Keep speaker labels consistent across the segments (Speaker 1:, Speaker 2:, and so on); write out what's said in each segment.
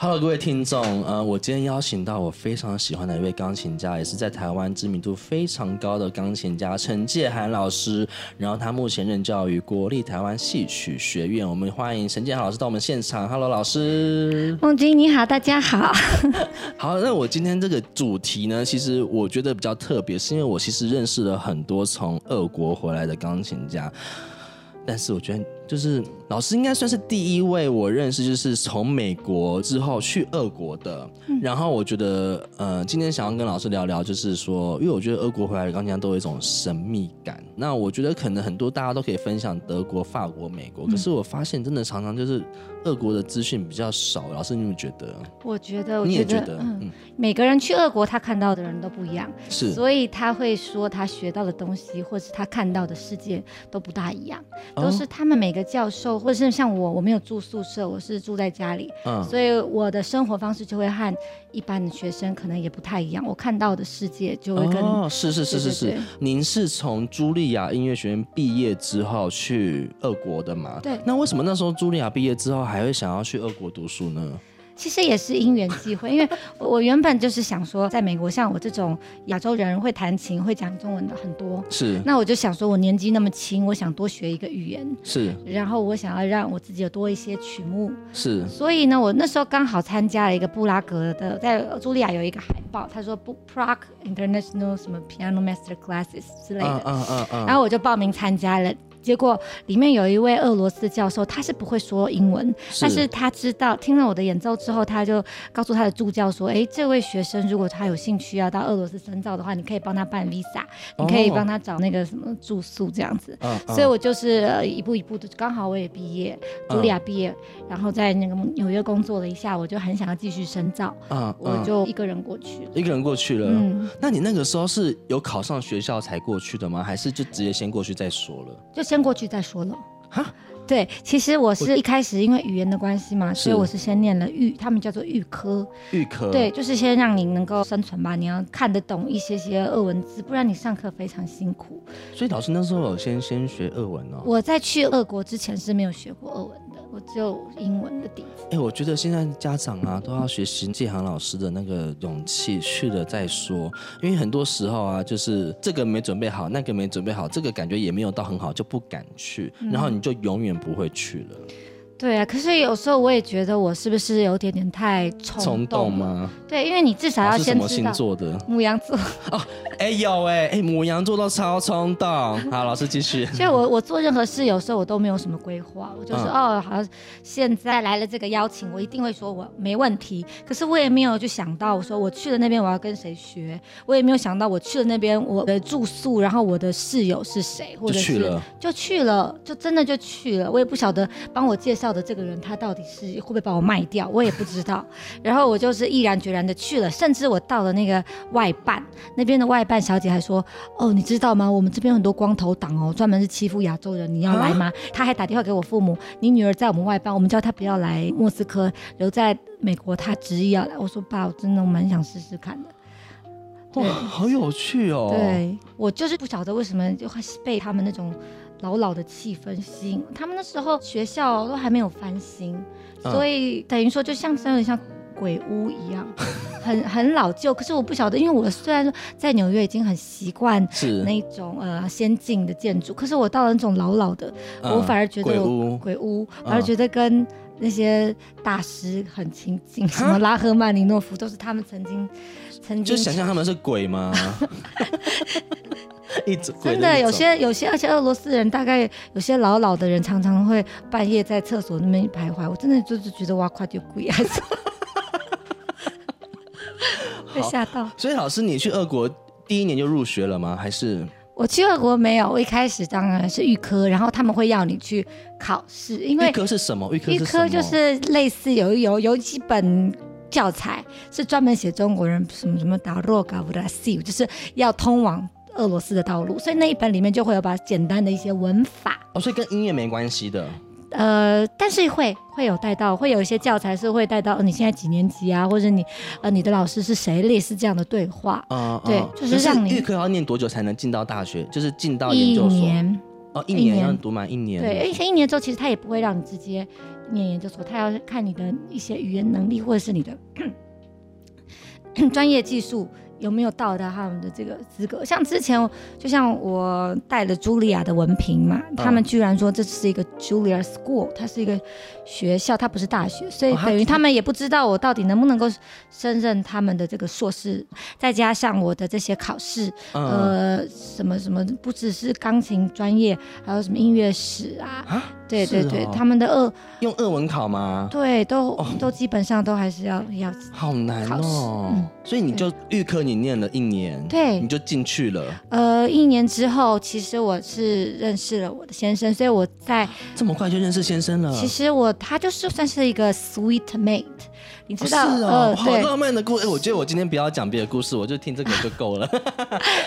Speaker 1: Hello，各位听众，呃，我今天邀请到我非常喜欢的一位钢琴家，也是在台湾知名度非常高的钢琴家陈介涵老师。然后他目前任教于国立台湾戏曲学院。我们欢迎陈介涵老师到我们现场。Hello，老师。
Speaker 2: 梦君你好，大家好。
Speaker 1: 好，那我今天这个主题呢，其实我觉得比较特别，是因为我其实认识了很多从俄国回来的钢琴家，但是我觉得就是老师应该算是第一位我认识，就是从美国之后去俄国的。
Speaker 2: 嗯
Speaker 1: 然后我觉得，呃，今天想要跟老师聊聊，就是说，因为我觉得俄国回来的钢琴家都有一种神秘感。那我觉得可能很多大家都可以分享德国、法国、美
Speaker 2: 嗯
Speaker 1: 国，可是我发现真的常常就是俄国的资讯比较少。老师，你有没有觉得？
Speaker 2: 我觉得，我
Speaker 1: 你也觉
Speaker 2: 觉得，
Speaker 1: 得？
Speaker 2: 嗯，
Speaker 1: 嗯，
Speaker 2: 每个人去俄国，他看到的人都不一样，
Speaker 1: 是。
Speaker 2: 所以他会说他学到的东西，或是他看到的世界都不大一样，
Speaker 1: 哦
Speaker 2: 都是他们每个教授，或者是像我，我没有住宿舍，我是住在家里，
Speaker 1: 嗯
Speaker 2: 所以我的生活方式就会和一般的学生可能也不太一样，我看到的世界就会跟
Speaker 1: 哦，是是是是
Speaker 2: 对
Speaker 1: 是
Speaker 2: 对对，
Speaker 1: 您是从茱莉亚音乐学院毕业之后去俄国的嘛？
Speaker 2: 对
Speaker 1: 那为什么那时候茱莉亚毕业之后还会想要去俄国读书呢？
Speaker 2: 其实也是因缘际会，因为 我我原本就是想说，在美国像我这种亚洲人会弹琴、会讲中文的很多，
Speaker 1: 是
Speaker 2: 那我就想说，我年纪那么轻，我想多学一个语言，
Speaker 1: 是
Speaker 2: 然后我想要让我自己有多一些曲目，
Speaker 1: 是，
Speaker 2: 所以呢，我那时候刚好参加了一个布拉格的，在呃茱莉亚有一个海报，他说 “Book Prague International 什么 Piano Master Classes” 之类的，
Speaker 1: 嗯嗯嗯
Speaker 2: 然后我就报名参加了。结果里面有一位俄罗斯教授，他是不会说英文，但是他知道听了我的演奏之后，他就告诉他的助教说：“诶，哎这位学生如果他有兴趣啊要到俄罗斯深造的话，你可以帮他办 visa，、你可以
Speaker 1: 哦
Speaker 2: 帮他找那个什么住宿这样子。
Speaker 1: 嗯
Speaker 2: 所以我就是、呃、一步一步的，刚好我也毕业，茱莉亚毕业，然后在那个纽约工作了一下，我就很想要继续深造，
Speaker 1: 嗯
Speaker 2: 我就一个人过去了。
Speaker 1: 一个人过去了。
Speaker 2: 嗯，
Speaker 1: 那你那个时候是有考上学校才过去的吗？还是就直接先过去再说了？
Speaker 2: 就先过去再说了。
Speaker 1: 哈，
Speaker 2: 对，其实我是一开始因为语言的关系嘛，所以
Speaker 1: 是
Speaker 2: 我是先念了预，他们叫做预科，
Speaker 1: 预科
Speaker 2: 对，就是先让你能够生存吧，你要看得懂一些些俄文字，不然你上课非常辛苦。
Speaker 1: 所以老师那时候有先先学俄文哦。
Speaker 2: 我在去俄国之前是没有学过俄文的，我只有英文的底子。
Speaker 1: 哎、我觉得现在家长啊都要学习季航老师的那个勇气，去了再说。因为很多时候啊，就是这个没准备好，那个没准备好，这个感觉也没有到很好，就不敢去，
Speaker 2: 嗯
Speaker 1: 然后你就永远不会去了。
Speaker 2: 对啊，可是有时候我也觉得我是不是有点点太
Speaker 1: 冲
Speaker 2: 冲
Speaker 1: 动
Speaker 2: 动了？
Speaker 1: 吗？
Speaker 2: 对，因为你至少
Speaker 1: 老
Speaker 2: 要
Speaker 1: 师什
Speaker 2: 先
Speaker 1: 么
Speaker 2: 知
Speaker 1: 星
Speaker 2: 道
Speaker 1: 座的？
Speaker 2: 母羊座，
Speaker 1: 哎、有哎、哎、母羊座都超冲动。好，老师继 续。
Speaker 2: 所以我我做任何事有时候我都没有什么规划，我就是、
Speaker 1: 嗯
Speaker 2: 哦，好像现在来了这个邀请，我一定会说我没问题。可是我也没有去想到，我说我去了那边我要跟谁学，我也没有想到我去了那边我的住宿，然后我的室友是谁，或
Speaker 1: 就
Speaker 2: 者是
Speaker 1: 去了，
Speaker 2: 就去了，就真的就去了。我也不晓得帮我介绍的这个人他到底是会不会把我卖掉，我也不知道。然后我就是毅然决然的去了，甚至我到了那个外办那边的外办小姐还说：“哦，你知道吗？我们这边有很多光头党哦，专门是欺负亚洲人，你要来吗？”她还打电话给我父母：“你女儿在我们外办，我们叫她不要来莫斯科，留在美国，她执意要来。”我说：“爸，我真的蛮想试试看的。”
Speaker 1: 哇，好有趣哦。，
Speaker 2: 对我就是不晓得为什么就会被他们那种老老的气氛吸引。他们那时候学校都还没有翻新，
Speaker 1: 嗯
Speaker 2: 所以等于说就像真的像鬼屋一样， 很很老旧。可是我不晓得，因为我虽然说在纽约已经很习惯。
Speaker 1: 是
Speaker 2: 那种呃先进的建筑，可是我到了那种老老的，我
Speaker 1: 嗯
Speaker 2: 反而觉得
Speaker 1: 鬼
Speaker 2: 我
Speaker 1: 屋
Speaker 2: 鬼屋，反而
Speaker 1: 嗯
Speaker 2: 觉得跟那些大师很亲近，什么拉赫曼尼诺夫都是他们曾经曾
Speaker 1: 就
Speaker 2: 经
Speaker 1: 想象他们是鬼 吗？一种鬼
Speaker 2: 真的
Speaker 1: 一
Speaker 2: 有
Speaker 1: 种
Speaker 2: 些有些，而且俄罗斯人大概有些老老的人常常会半夜在厕所那边徘徊，我真的就是觉得哇，快就贵，还是 被吓到。
Speaker 1: 所以老师，你去俄国第一年就入学了吗？还是
Speaker 2: 我去俄国没有，我一开始当然是预科，然后他们会要你去考试，因
Speaker 1: 预
Speaker 2: 为
Speaker 1: 科是什么？预科
Speaker 2: 预
Speaker 1: 是什么
Speaker 2: 科就是类似有有有几本。教材是专门写中国人什么什么打啊洛嘎布拉西，就是要通往俄罗斯的道路，所以那一本里面就会有把简单的一些文法，
Speaker 1: 哦，所以跟音乐没关系的。
Speaker 2: 呃，但是会会有带到，会有一些教材是会带到、呃你现在几年级啊，或者你呃你的老师是谁，类似这样的对话。
Speaker 1: 啊、嗯
Speaker 2: 对就是让你
Speaker 1: 预科要念多久才能进到大学？就是进到研
Speaker 2: 一
Speaker 1: 究所？
Speaker 2: 年，
Speaker 1: 哦，一
Speaker 2: 一
Speaker 1: 年要
Speaker 2: 年
Speaker 1: 读满一年，
Speaker 2: 对，而且一年之后其实他也不会让你直接念研究所，他要看你的一些语言能力或者是你的专业技术有没有到达他们的这个资格。像之前就像我带了茱莉亚的文凭嘛，
Speaker 1: 嗯
Speaker 2: 他们居然说这是一个 Julia School，它是一个学校，它不是大学，所以
Speaker 1: 哦它
Speaker 2: 等于
Speaker 1: 它
Speaker 2: 他们也不知道我到底能不能够胜任他们的这个硕士，再加上我的这些考试，
Speaker 1: 嗯，
Speaker 2: 呃，什么什么，不只是钢琴专业，还有什么音乐史啊，
Speaker 1: 啊，
Speaker 2: 对
Speaker 1: 是
Speaker 2: 对对，
Speaker 1: 哦
Speaker 2: 他们的二
Speaker 1: 用俄文考吗？
Speaker 2: 对都、
Speaker 1: 哦
Speaker 2: 都基本上都还是要要
Speaker 1: 好难
Speaker 2: 考试
Speaker 1: 哦
Speaker 2: 嗯，
Speaker 1: 所以你就预科你念了一年，
Speaker 2: 对
Speaker 1: 你就进去了，
Speaker 2: 呃，一年之后，其实我是认识了我的先生，所以我在
Speaker 1: 这么快就认识先生了，
Speaker 2: 其实我他就是算是一个 sweet mate，你
Speaker 1: 不
Speaker 2: 知道，
Speaker 1: 是哦，
Speaker 2: 呃，
Speaker 1: 好
Speaker 2: 对，
Speaker 1: 浪漫的故事。哎我觉得我今天不要讲别的故事，我就听这个就够 了。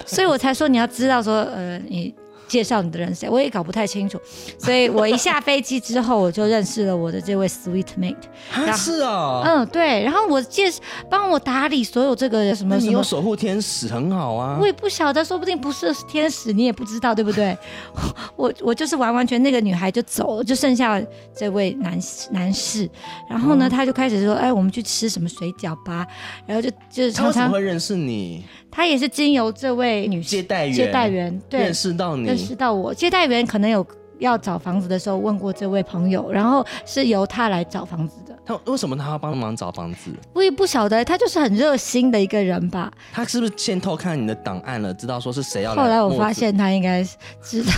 Speaker 2: 所以我才说你要知道说，呃，你介绍你的人谁，我也搞不太清楚，所以我一下飞机之后，我就认识了我的这位 sweet mate，
Speaker 1: 啊 是哦，
Speaker 2: 嗯，对，然后我介帮我打理所有这个什
Speaker 1: 那
Speaker 2: 么
Speaker 1: 你
Speaker 2: 什
Speaker 1: 有
Speaker 2: 么。
Speaker 1: 守护天使很好啊
Speaker 2: 我。也不晓得，说不定不是天使，你也不知道，对不对？ 我我就是完完全那个女孩就走了，就剩下这位男男士。然后
Speaker 1: 哦
Speaker 2: 呢，他就开始说：“哎，我们去吃什么水饺吧。”然后就就是
Speaker 1: 他
Speaker 2: 常
Speaker 1: 为什么
Speaker 2: 常
Speaker 1: 会认识你？
Speaker 2: 他也是经由这位女
Speaker 1: 接
Speaker 2: 士
Speaker 1: 待员，
Speaker 2: 接待员对
Speaker 1: 认识到
Speaker 2: 认识
Speaker 1: 你，
Speaker 2: 到我，接待员可能有要找房子的时候问过这位朋友，然后是由他来找房子的。
Speaker 1: 他为什么他要帮忙找房子？
Speaker 2: 我也不晓得，他就是很热心的一个人吧。
Speaker 1: 他是不是先偷看你的档案了，知道说是谁要来？
Speaker 2: 后来我发，现他应该是 知道，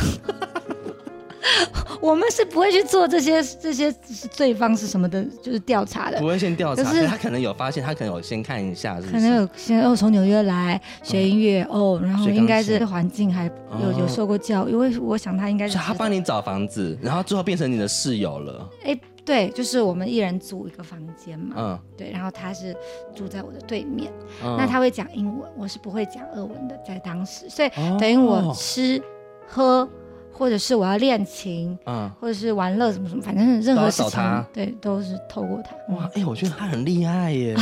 Speaker 2: 我们是不会去做这些这些对方是什么的，就是调查的
Speaker 1: 不。会先调查，
Speaker 2: 可
Speaker 1: 可
Speaker 2: 是
Speaker 1: 是他可能有发现，他可能有先看一下，是不
Speaker 2: 可能
Speaker 1: 是？
Speaker 2: 有先哦，从纽约来学音乐、哦，然后
Speaker 1: 学钢琴
Speaker 2: 应该是环境还有、
Speaker 1: 哦
Speaker 2: 有受过教育，因为我想他应该是
Speaker 1: 所以他
Speaker 2: 知道
Speaker 1: 帮你找房子，然后最后变成你的室友了。
Speaker 2: 哎对，就是我们一人租一个房间嘛，
Speaker 1: 嗯，
Speaker 2: 对，然后他是住在我的对面，
Speaker 1: 嗯
Speaker 2: 那他会讲英文，我是不会讲俄文的，在当时，所以
Speaker 1: 哦
Speaker 2: 等于我吃、喝或者是我要练琴，
Speaker 1: 嗯，
Speaker 2: 或者是玩乐什么什么，反正任何事
Speaker 1: 都要找
Speaker 2: 情
Speaker 1: 他，
Speaker 2: 对，都是透过他。
Speaker 1: 哇，哎，我觉得他很厉害 耶。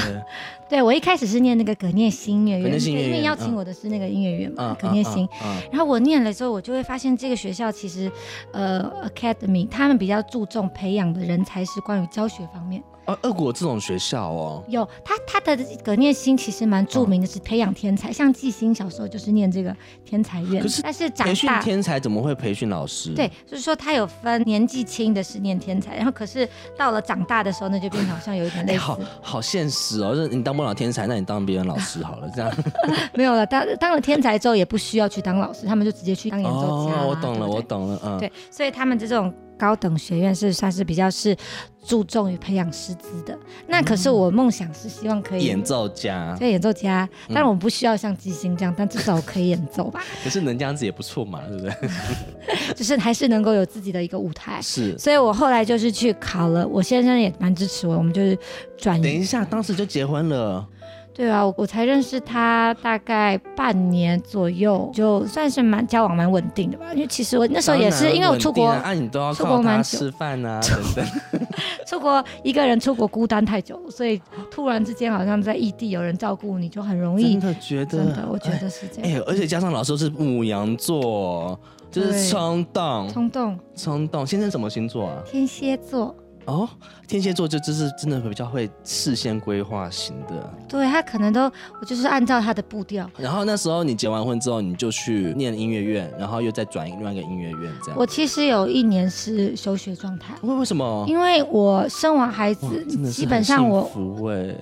Speaker 2: 对我一开始是念那个葛念新音乐
Speaker 1: 葛
Speaker 2: 院，
Speaker 1: 念
Speaker 2: 因
Speaker 1: 馨音乐院
Speaker 2: 为邀请我的是那个音乐院嘛
Speaker 1: 嗯，，
Speaker 2: 葛念新。
Speaker 1: 嗯，嗯
Speaker 2: 然后我念了之后，我就会发现这个学校其实，呃，academy 他们比较注重培养的人才是关于教学方面。
Speaker 1: 哦，俄国这种学校哦，
Speaker 2: 有他他的葛念新其实蛮著名的，是培养天才，像季星小时候就是念这个天才院
Speaker 1: 可是，
Speaker 2: 但是长
Speaker 1: 培训
Speaker 2: 大
Speaker 1: 天才怎么会培训老师？
Speaker 2: 对，，就是说他有分年纪轻的是念天才，然后可是到了长大的时候，那就变成好像有一点
Speaker 1: 哎，
Speaker 2: 类似
Speaker 1: 好好现实哦，就是你当不了天才，那你当别人老师好了，这样。
Speaker 2: 没有了，当当了天才之后也不需要去当老师，他们就直接去当 演奏家啦、啊
Speaker 1: 哦，我懂了，
Speaker 2: 对不对
Speaker 1: 我。懂了，嗯，
Speaker 2: 对，所以他们这种高等学院是算是比较是注重于培养师资的。那可是我梦想是希望可以
Speaker 1: 嗯演奏嗯家，
Speaker 2: 对演奏家，当然我们不需要像基星这样，但至少我可以演奏 吧，
Speaker 1: 可是能这样子也不错嘛，对不对？
Speaker 2: 就是还是能够有自己的一个舞台。
Speaker 1: 是。
Speaker 2: 所以我后来就是去考了，我先生也蛮支持我，我们就是转
Speaker 1: 等一下，当时就结婚了，
Speaker 2: 对啊，我我才认识他大概半年左右，就算是蛮交往蛮稳定的吧。因为其实我那时候也
Speaker 1: 当
Speaker 2: 是
Speaker 1: 然
Speaker 2: 因为我出国、
Speaker 1: 稳定啊，啊你都要
Speaker 2: 出
Speaker 1: 靠
Speaker 2: 国
Speaker 1: 他
Speaker 2: 蛮久
Speaker 1: 吃饭 啊，等等。
Speaker 2: 出国一个人出国孤单太久了，所以突然之间好像在异地有人照顾你就很容易
Speaker 1: 真。的觉得，
Speaker 2: 真的，我觉得是这
Speaker 1: 哎，
Speaker 2: 样。
Speaker 1: 哎而且加上老师是母羊座，就是
Speaker 2: 对
Speaker 1: 冲动，
Speaker 2: 冲动，
Speaker 1: 冲动。先生什么星座啊？
Speaker 2: 天蝎座，
Speaker 1: 哦，天蝎座就就是真的比较会事先规划型的。
Speaker 2: 对他可能都，我就是按照他的步调。
Speaker 1: 然后那时候你结完婚之后，你就去念音乐院，然后又再转另外一个音乐院，这样。
Speaker 2: 我其实有一年是休学状态，
Speaker 1: 为为什么？
Speaker 2: 因为我生完孩
Speaker 1: 哦哇
Speaker 2: 子
Speaker 1: 真的，是
Speaker 2: 基
Speaker 1: 很
Speaker 2: 本上
Speaker 1: 幸
Speaker 2: 我
Speaker 1: 福哎，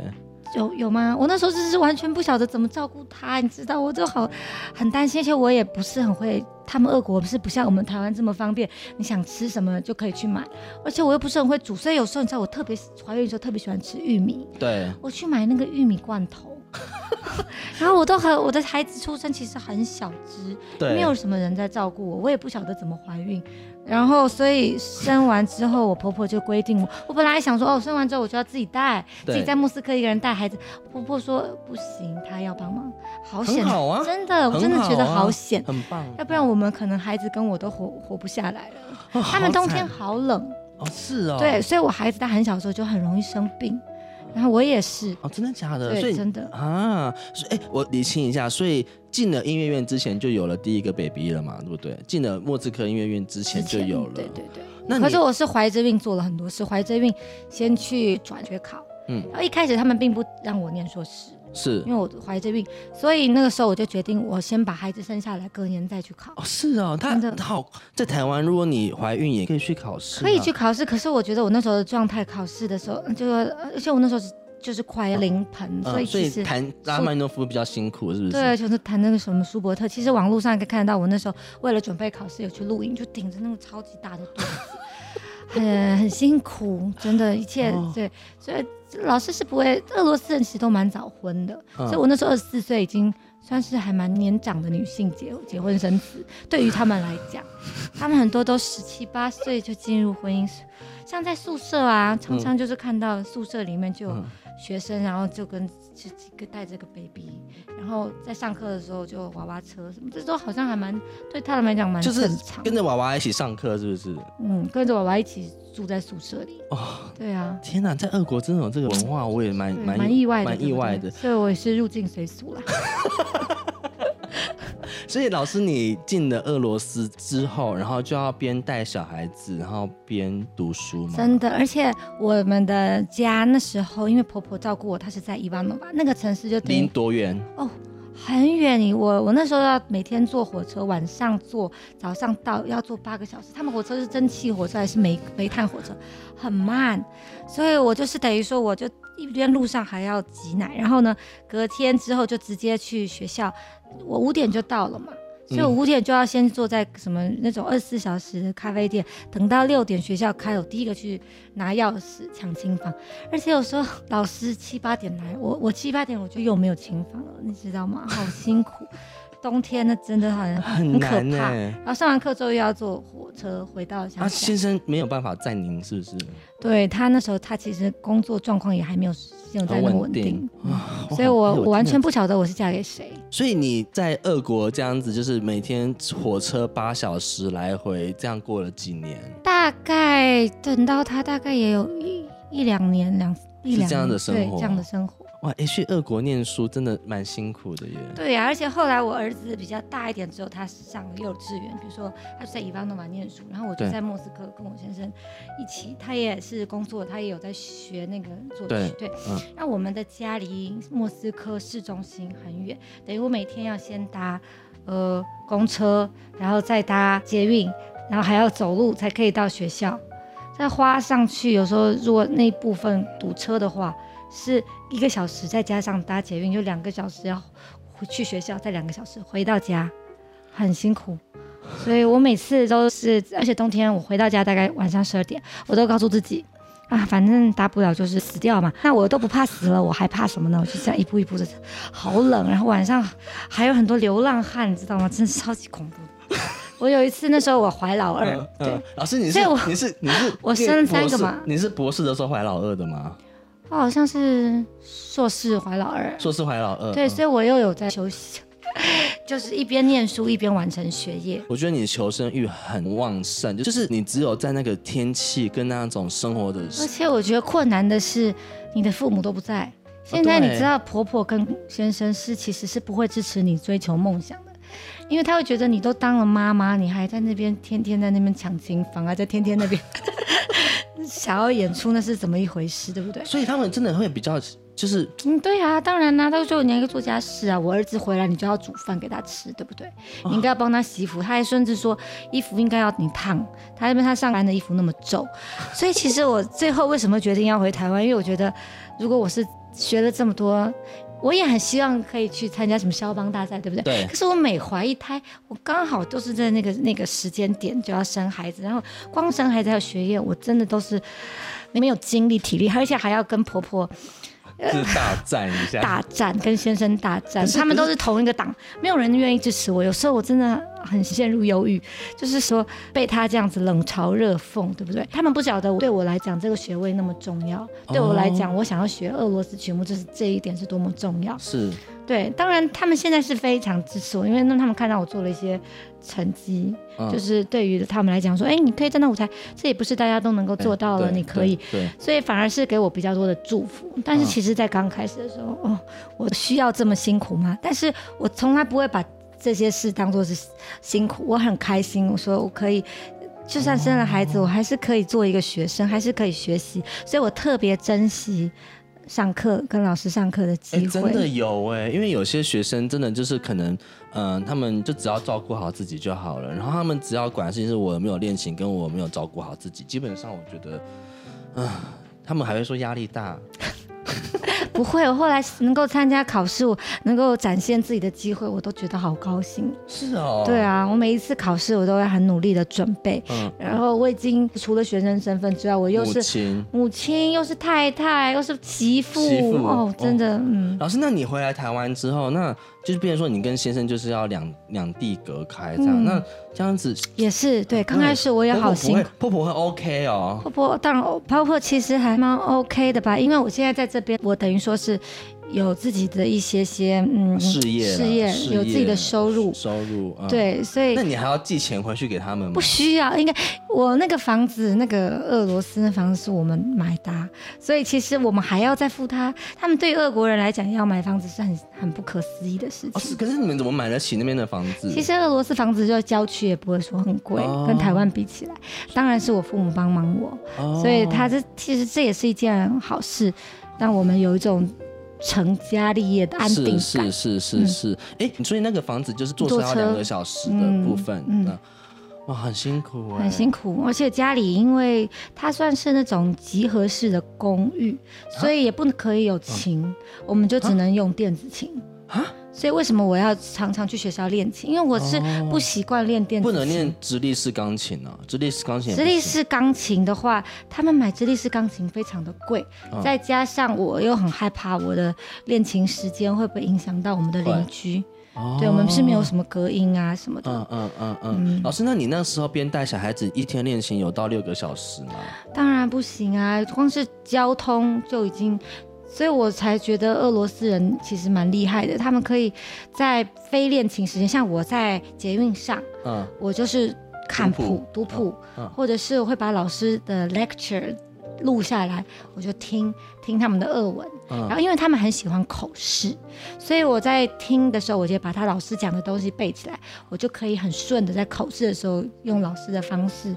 Speaker 2: 有有吗？我那时候就是完全不晓得怎么照顾他，你知道，我就好很担心，而且我也不是很会。他们俄国不是不像我们台湾这么方便，你想吃什么就可以去买，而且我又不是很会煮，所以有时候你知道我特别怀孕的时候特别喜欢吃玉米，
Speaker 1: 对，
Speaker 2: 我去买那个玉米罐头，然后我都很我的孩子出生其实很小只，
Speaker 1: 对，
Speaker 2: 没有什么人在照顾我，我也不晓得怎么怀孕。然后，所以生完之后，我婆婆就规定我。我本来想说，哦，生完之后我就要自己带，
Speaker 1: 对
Speaker 2: 自己在莫斯科一个人带孩子。婆婆说呃不行，她要帮忙。好险，
Speaker 1: 很好啊
Speaker 2: 真的，我
Speaker 1: 很
Speaker 2: 真的觉得
Speaker 1: 好啊
Speaker 2: 好险，
Speaker 1: 很棒。
Speaker 2: 要不然我们可能孩子跟我都活活不下来了。
Speaker 1: 哦
Speaker 2: 他们
Speaker 1: 好
Speaker 2: 冬
Speaker 1: 惨
Speaker 2: 天好冷，
Speaker 1: 哦，是哦，
Speaker 2: 对，所以我孩子他很小的时候就很容易生病，然后我也是，
Speaker 1: 哦，真的假的？所
Speaker 2: 对，
Speaker 1: 以
Speaker 2: 真的，
Speaker 1: 啊，所以哎、我理清一下，所以进了音乐院之前就有了第一个 baby 了嘛，对不对？进了莫斯科音乐院之前就有了。
Speaker 2: 对对对。
Speaker 1: 那你
Speaker 2: 可是我是怀着孕做了很多事，怀着孕先去转学考，
Speaker 1: 嗯
Speaker 2: 嗯，然后一开始他们并不让我念硕士，
Speaker 1: 是
Speaker 2: 因为我怀着孕，所以那个时候我就决定我先把孩子生下来，隔年再去考。
Speaker 1: 哦，是哦，他
Speaker 2: 真的
Speaker 1: 他好在台湾，如果你怀孕也可以去考试、啊，
Speaker 2: 可以去考试，可是我觉得我那时候的状态，考试的时候就是，呃而且我那时候是就是快临盆，
Speaker 1: 嗯。
Speaker 2: 所以
Speaker 1: 所
Speaker 2: 其
Speaker 1: 以
Speaker 2: 实、
Speaker 1: 弹拉曼诺夫比较辛苦，是不是？
Speaker 2: 对，就是谈那个什么舒伯特，其实网络上可以看得到，我那时候为了准备考试有去录影，就顶着那个超级大的肚子，很很辛苦，真的，一切、
Speaker 1: 哦
Speaker 2: 对，所以老师是不会，俄罗斯人其实都蛮早婚的，
Speaker 1: 嗯
Speaker 2: 所以我那时候二十四岁已经算是还蛮年长的女性结结婚生子，对于他们来讲，他们很多都十七八岁就进入婚姻，像在宿舍啊，常常就是看到宿舍里面就有
Speaker 1: 嗯
Speaker 2: 学生，然后就跟就几个带着个 baby，然后在上课的时候就娃娃车什么，这都好像还蛮对他们来讲蛮
Speaker 1: 就是
Speaker 2: 正常的，
Speaker 1: 跟着娃娃一起上课，是不是？
Speaker 2: 嗯，跟着娃娃一起住在宿舍里，
Speaker 1: 哦，
Speaker 2: 对啊。
Speaker 1: 天哪，在俄国真的有这个文化，我也蛮
Speaker 2: 对
Speaker 1: 蛮
Speaker 2: 蛮意外的，
Speaker 1: 蛮
Speaker 2: 对
Speaker 1: 意
Speaker 2: 不
Speaker 1: 外
Speaker 2: 对
Speaker 1: 的。
Speaker 2: 所以我也是入境随俗啦。
Speaker 1: 所以老师，你进了俄罗斯之后，然后就要边带小孩子，然后边读书吗？
Speaker 2: 真的，而且我们的家那时候因为婆婆照顾我，她是在伊万诺瓦那个城市，就等
Speaker 1: 离
Speaker 2: 于
Speaker 1: 多远？
Speaker 2: 哦很远。我我那时候要每天坐火车，晚上坐，早上到，要坐八个小时。他们火车是蒸汽火车还是煤煤炭火车，很慢，所以我就是等于说我就。一边路上还要挤奶，然后呢，隔天之后就直接去学校。我五点就到了嘛，所以我
Speaker 1: 嗯
Speaker 2: 五点就要先坐在什么那种二十四小时的咖啡店，等到六点学校开，我第一个去拿钥匙抢琴房。而且有时候老师七八点来，我我七八点我就又没有琴房了，你知道吗？好 辛苦，冬天那真的很
Speaker 1: 很
Speaker 2: 可
Speaker 1: 难呢、欸
Speaker 2: 怕然后上完课之后又要坐火车回到乡
Speaker 1: 啊，
Speaker 2: 下。
Speaker 1: 先生没有办法载您，是不是？
Speaker 2: 对他那时候，他其实工作状况也还没有现在
Speaker 1: 很
Speaker 2: 那么
Speaker 1: 稳
Speaker 2: 稳定
Speaker 1: 定，啊
Speaker 2: 嗯所以我我完。全
Speaker 1: 天哪
Speaker 2: 不晓得我是嫁给谁。
Speaker 1: 所以你在俄国这样子，就是每天火车八小时来回，这样过了几年？
Speaker 2: 大概等到他大概也有一一两年，两一两
Speaker 1: 是这样的
Speaker 2: 年
Speaker 1: 生活
Speaker 2: 对这样的生活。
Speaker 1: 哇，诶，去俄国念书真的蛮辛苦的耶。
Speaker 2: 对呀、而且后来我儿子比较大一点之后，他上幼稚园，比如说他就在伊万诺瓦念书，然后我就
Speaker 1: 对
Speaker 2: 在莫斯科跟我先生一起，他也是工作，他也有在学那个作
Speaker 1: 对
Speaker 2: 曲，对，
Speaker 1: 嗯
Speaker 2: 那我们的家离莫斯科市中心很远，等于我每天要先搭呃公车，然后再搭捷运，然后还要走路才可以到学校，再花上去。有时候如果那部分堵车的话，是一个小时，再加上搭捷运就两个小时要回去学校，再两个小时回到家，很辛苦。所以我每次都是，而且冬天我回到家大概晚上十二点，我都告诉自己，啊，反正大不了就是死掉嘛。那我都不怕死了，我还怕什么呢？我就这样一步一步的，好冷。然后晚上还有很多流浪汉，你知道吗？真是超级恐怖。 我有一次那时候我怀老
Speaker 1: 嗯
Speaker 2: 二，对，，
Speaker 1: 老师你是
Speaker 2: 所以我
Speaker 1: 你是你是
Speaker 2: 我
Speaker 1: 念
Speaker 2: 生了三个
Speaker 1: 博士
Speaker 2: 嘛
Speaker 1: 你是博士的时候怀老二的吗？
Speaker 2: 我好像是硕士怀老二，
Speaker 1: 硕士怀老二。
Speaker 2: 对，
Speaker 1: 嗯
Speaker 2: 所以我又有在休息， 就是一边念书一边完成学业。
Speaker 1: 我觉得你求生欲很旺盛，就是你只有在那个天气跟那种生活的
Speaker 2: 而且我觉得困难的是，你的父母都不在。现在
Speaker 1: 对
Speaker 2: 你知道，婆婆跟先生是其实是不会支持你追求梦想的，因为他会觉得你都当了妈妈，你还在那边天天在那边抢琴房啊，在天天那边 想要演出，那是怎么一回事，对不对？
Speaker 1: 所以他们真的会比较，就是
Speaker 2: 嗯，对啊，当然啦、他说你要做家事啊，我儿子回来你就要煮饭给他吃，对不对？你应该要帮他洗衣服，他还甚至说衣服应该要你烫，他认为他上班的衣服那么皱，所以其实我最后为什么决定要回台湾，因为我觉得如果我是学了这么多，我也很希望可以去参加什么肖邦大赛，对不对？
Speaker 1: 对
Speaker 2: 可是我每怀一胎，我刚好都是在那个那个时间点就要生孩子，然后光生孩子还有学业，我真的都是没有精力体力，而且还要跟婆婆。
Speaker 1: 就是大战一下。
Speaker 2: 大战，跟先生大战
Speaker 1: 可，是
Speaker 2: 他们
Speaker 1: 可
Speaker 2: 都
Speaker 1: 是
Speaker 2: 是同一个党，没有人愿意支持我。有时候我真的很陷入忧郁，就是说被他这样子冷嘲热讽，对不对？他们不晓得对我来讲这个学位那么重要，对我来
Speaker 1: 哦
Speaker 2: 讲，我想要学俄罗斯曲目，这是这一点是多么重要。
Speaker 1: 是
Speaker 2: 对，当然他们现在是非常支持我，因为那他们看到我做了一些成绩，
Speaker 1: 嗯
Speaker 2: 就是对于他们来讲说，哎，你可以站到舞台，这也不是大家都能够做到了，
Speaker 1: 对
Speaker 2: 你可以。
Speaker 1: 对对
Speaker 2: 所以反而是给我比较多的祝福。但是
Speaker 1: 嗯
Speaker 2: 其实，在刚开始的时候，哦，我需要这么辛苦吗？但是我从来不会把这些事当做是辛苦，我很开心。我说我可以。就算生了孩
Speaker 1: 哦
Speaker 2: 子，我还是可以做一个学生，还是可以学习，所以我特别珍惜上课跟老师上课的
Speaker 1: 哎、
Speaker 2: 机会。
Speaker 1: 真的有哎、因为有些学生真的就是可能，嗯、他们就只要照顾好自己就好了，然后他们只要管的事情是我有没有练琴，跟我有没有照顾好自己，基本上我觉得，啊、他们还会说压力大，
Speaker 2: 不会，我后来能够参加考试，我能够展现自己的机会，我都觉得好高兴。
Speaker 1: 是哦，
Speaker 2: 对，啊，我每一次考试，我都会很努力的准备。
Speaker 1: 嗯，
Speaker 2: 然后我已经除了学生身份之外，我又
Speaker 1: 母
Speaker 2: 是
Speaker 1: 亲。
Speaker 2: 母亲，又是太太，又是媳妇，
Speaker 1: 媳妇
Speaker 2: 哦，真的，嗯，
Speaker 1: 老师，那你回来台湾之后，那就是变成说你跟先生就是要两两地隔开这样，
Speaker 2: 嗯
Speaker 1: 那这样子
Speaker 2: 也是
Speaker 1: 哦
Speaker 2: 对。刚开始我也
Speaker 1: 婆
Speaker 2: 好
Speaker 1: 婆不
Speaker 2: 辛
Speaker 1: 会
Speaker 2: 苦。，
Speaker 1: 婆婆会 OK 哦，
Speaker 2: 婆婆当然，婆婆其实还蛮 OK 的吧，因为我现在在这边，我等于说是有自己的一些些嗯
Speaker 1: 事业啦
Speaker 2: 事业
Speaker 1: 事
Speaker 2: 有自己的收入，
Speaker 1: 收入，嗯，
Speaker 2: 对，所以
Speaker 1: 那你还要寄钱回去给他们吗？
Speaker 2: 不需要，应该我那个房子，那个俄罗斯那房子是我们买的啊、所以其实我们还要再付他。他们对俄国人来讲，要买房子是很很不可思议的事
Speaker 1: 哦，
Speaker 2: 情。
Speaker 1: 是，可是你们怎么买得起那边的房子？
Speaker 2: 其实俄罗斯房子就郊区也不会说很贵，
Speaker 1: 哦
Speaker 2: 跟台湾比起来，当然是我父母帮忙我，
Speaker 1: 哦，
Speaker 2: 所以他这其实这也是一件好事，让我们有一种成家立业的安定
Speaker 1: 是
Speaker 2: 感。
Speaker 1: 是是是是，哎、所以那个房子就是坐车
Speaker 2: 嗯坐
Speaker 1: 要
Speaker 2: 车
Speaker 1: 两个小时的
Speaker 2: 嗯
Speaker 1: 部分，嗯
Speaker 2: 嗯，
Speaker 1: 哇，很辛苦、哎，
Speaker 2: 很辛苦，而且家里因为它算是那种集合式的公寓，
Speaker 1: 啊
Speaker 2: 所以也不可以有琴，我们就只能用电子琴。
Speaker 1: 啊，
Speaker 2: 所以为什么我要常常去学校练琴？因为我是
Speaker 1: 哦
Speaker 2: 不习惯练电子
Speaker 1: 不
Speaker 2: 琴。
Speaker 1: 能练直立式钢琴啊，直立式钢琴也不
Speaker 2: 直
Speaker 1: 行，
Speaker 2: 立式钢琴的话，他们买直立式钢琴非常的贵，
Speaker 1: 嗯
Speaker 2: 再加上我又很害怕我的练琴时间会不会影响到我们的
Speaker 1: 会
Speaker 2: 邻居，
Speaker 1: 哦
Speaker 2: 对我们是没有什么隔音啊什么的。
Speaker 1: 嗯嗯嗯嗯，老师，那你那时候边带小孩子一天练琴有到六个小时吗？
Speaker 2: 当然不行啊，光是交通就已经，所以我才觉得俄罗斯人其实蛮厉害的，他们可以在非练琴时间，像我在捷运上，
Speaker 1: 嗯，
Speaker 2: 我就是看谱、读谱，
Speaker 1: 嗯嗯
Speaker 2: 或者是我会把老师的 lecture 录下来，我就听听他们的俄文。
Speaker 1: 嗯
Speaker 2: 然后，因为他们很喜欢口试，所以我在听的时候，我就把他老师讲的东西背起来，我就可以很顺的在口试的时候用老师的方式